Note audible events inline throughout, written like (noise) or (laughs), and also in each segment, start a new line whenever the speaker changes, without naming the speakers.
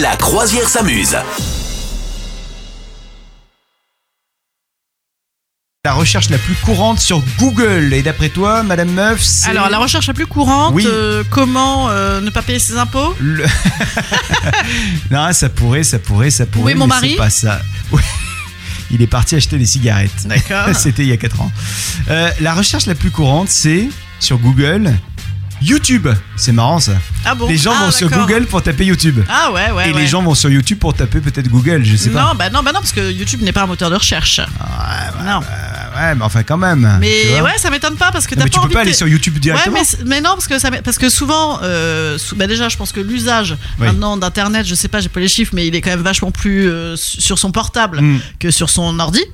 La croisière s'amuse.
La recherche la plus courante sur Google. Et d'après toi, Madame Meuf, c'est.
Alors, la recherche la plus courante,
Oui.
euh, comment euh, ne pas payer ses impôts
le- (laughs) non, ça pourrait, ça pourrait, ça pourrait.
Où est mon
mais
mari
C'est pas ça. Ouais. Il est parti acheter des cigarettes. (laughs)
D'accord.
C'était il y a 4 ans. Euh, la recherche la plus courante, c'est sur Google. YouTube, c'est marrant ça.
(laughs) Ah bon
les gens
Ah,
vont sur
d'accord.
Google pour taper YouTube.
Ah ouais, ouais.
et
ouais.
les gens vont sur YouTube pour taper peut-être Google, je sais pas.
Non, bah non, bah non, parce que YouTube n'est pas un moteur de recherche. non.
Euh, ouais, mais enfin quand même. tu
mais
vois.
ouais, ça m'étonne pas parce que
Non,
t'as
mais
pas
tu peux
envie
pas
de-
aller sur YouTube
Ouais,
directement.
mais, c'est- mais non, parce que, ça, m'est- parce que souvent, euh, sou- bah déjà, je pense que l'usage
Oui.
maintenant d'Internet, je sais pas, j'ai pas les chiffres, mais il est quand même vachement plus euh, su- sur son portable
Mm.
que sur son ordi.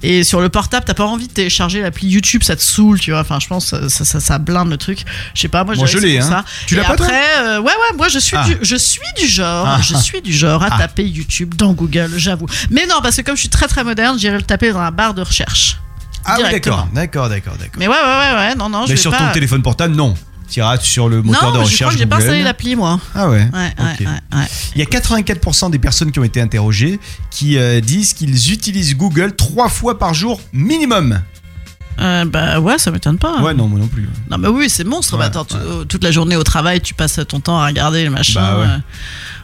Et sur le portable, t'as pas envie de télécharger l'appli YouTube, ça te saoule, tu vois. Enfin, je pense, ça, ça, ça- ça blinde le truc. Je sais pas, moi,
Moi,
dirais
je
que c'est
l'ai,
pour
hein.
ça.
Tu
Et
l'as pas, toi
après, euh, ouais, ouais, moi, je suis,
Ah.
du, je suis du genre,
Ah.
je suis du genre à
Ah.
taper YouTube dans Google, j'avoue. Mais non, parce que comme je suis très très moderne, j'irai le taper dans la barre de recherche.
Ah oui,
Directement.
d'accord, d'accord, d'accord, d'accord.
Mais ouais, ouais, ouais, ouais, non, non, je
Mais
vais
sur
pas.
ton téléphone portable, non. Tu iras sur le moteur
non,
de
mais
recherche.
je crois que j'ai pas
Google.
installé l'appli, moi.
Ah ouais.
Ouais,
Ok.
ouais, ouais, ouais.
Il y a 84% des personnes qui ont été interrogées qui euh, disent qu'ils utilisent Google trois fois par jour minimum.
Euh, bah ouais, ça m'étonne pas.
Ouais, non, moi non plus. hein.
Non, mais oui, c'est monstre.
Ouais,
Bah, attends, tu-
ouais.
euh, toute la journée au travail, tu passes ton temps à regarder le machin.
Bah ouais.
euh.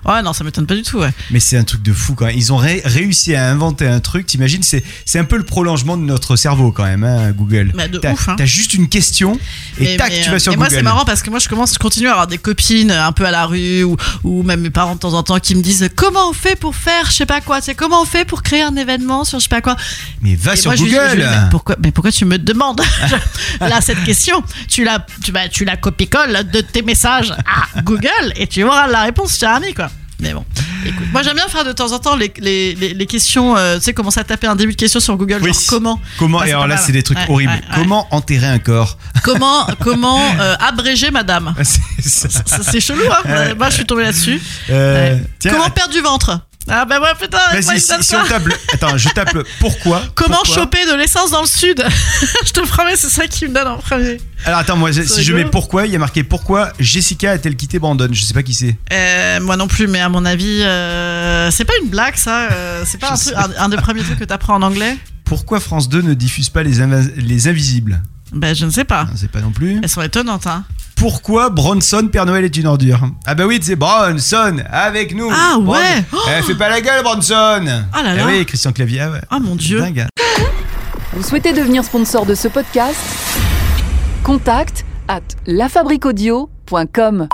Ouais, non, ça m'étonne pas du tout, ouais.
Mais c'est un truc de fou quand même. Ils ont ré- réussi à inventer un truc. T'imagines, c'est c'est un peu le prolongement de notre cerveau quand même, hein, Google.
Bah, de
T'as
ouf, hein.
t'as juste une question et
Mais-
tac,
mais,
tu
euh,
vas sur
mais
Google.
moi, c'est marrant parce que moi, je commence, je continue à avoir des copines euh, un peu à la rue ou, ou même mes parents de temps en temps qui me disent comment on fait pour faire, je sais pas quoi, tu sais, comment on fait pour créer un événement sur je sais pas quoi.
Mais va
Et
sur
moi, je lui-
Google.
je lui dis, mais pourquoi, mais pourquoi tu me demandes (laughs) là cette question Tu la, tu, bah, tu la copie-colles de tes messages à Google et tu auras la réponse, cher ami, quoi. Mais bon, écoute, moi j'aime bien faire de temps en temps les, les, les, les questions, euh, tu sais, commencer à taper un début de question sur Google,
Oui.
genre comment
Comment
Ah,
Et
c'est
alors
pas
là,
mal.
c'est des trucs
Ouais,
horribles.
ouais, ouais.
Comment enterrer un
(laughs)
corps (laughs)
comment, comment euh, abréger madame
C'est ça.
Ça, C'est chelou, hein Euh, Moi je suis tombée là-dessus.
Euh,
Ouais.
tiens,
Comment perdre du ventre Ah bah ouais, putain, moi, il
Vas-y,
me
si,
donne
si
ça.
on tape. le- Attends, je tape le pourquoi.
(laughs) Comment
pourquoi
choper de l'essence dans le sud (laughs) Je te promets, c'est ça qui me donne en premier.
Alors attends, moi, si je
rigolo.
mets pourquoi, il y a marqué pourquoi Jessica a-t-elle quitté Brandon Je sais pas qui c'est.
Euh, moi non plus, mais à mon avis, euh, c'est pas une blague ça. euh, c'est pas
Je
un,
sais.
truc- un- un des premiers trucs que t'apprends en anglais
Pourquoi France 2 ne diffuse pas les, inva- les invisibles
Ben je ne sais pas.
Non, C'est pas non plus.
Elles sont étonnantes. Hein.
Pourquoi Bronson Père Noël est une ordure Ah bah oui, c'est Bronson avec nous.
Ah
Bron-
ouais.
Eh, fais pas la gueule, Bronson.
Ah là
Eh
là.
oui, Christian Clavier. ah ouais.
Oh mon dieu.
Dingue. hein.
Vous souhaitez devenir sponsor de ce podcast Contact à lafabriquaudio.com.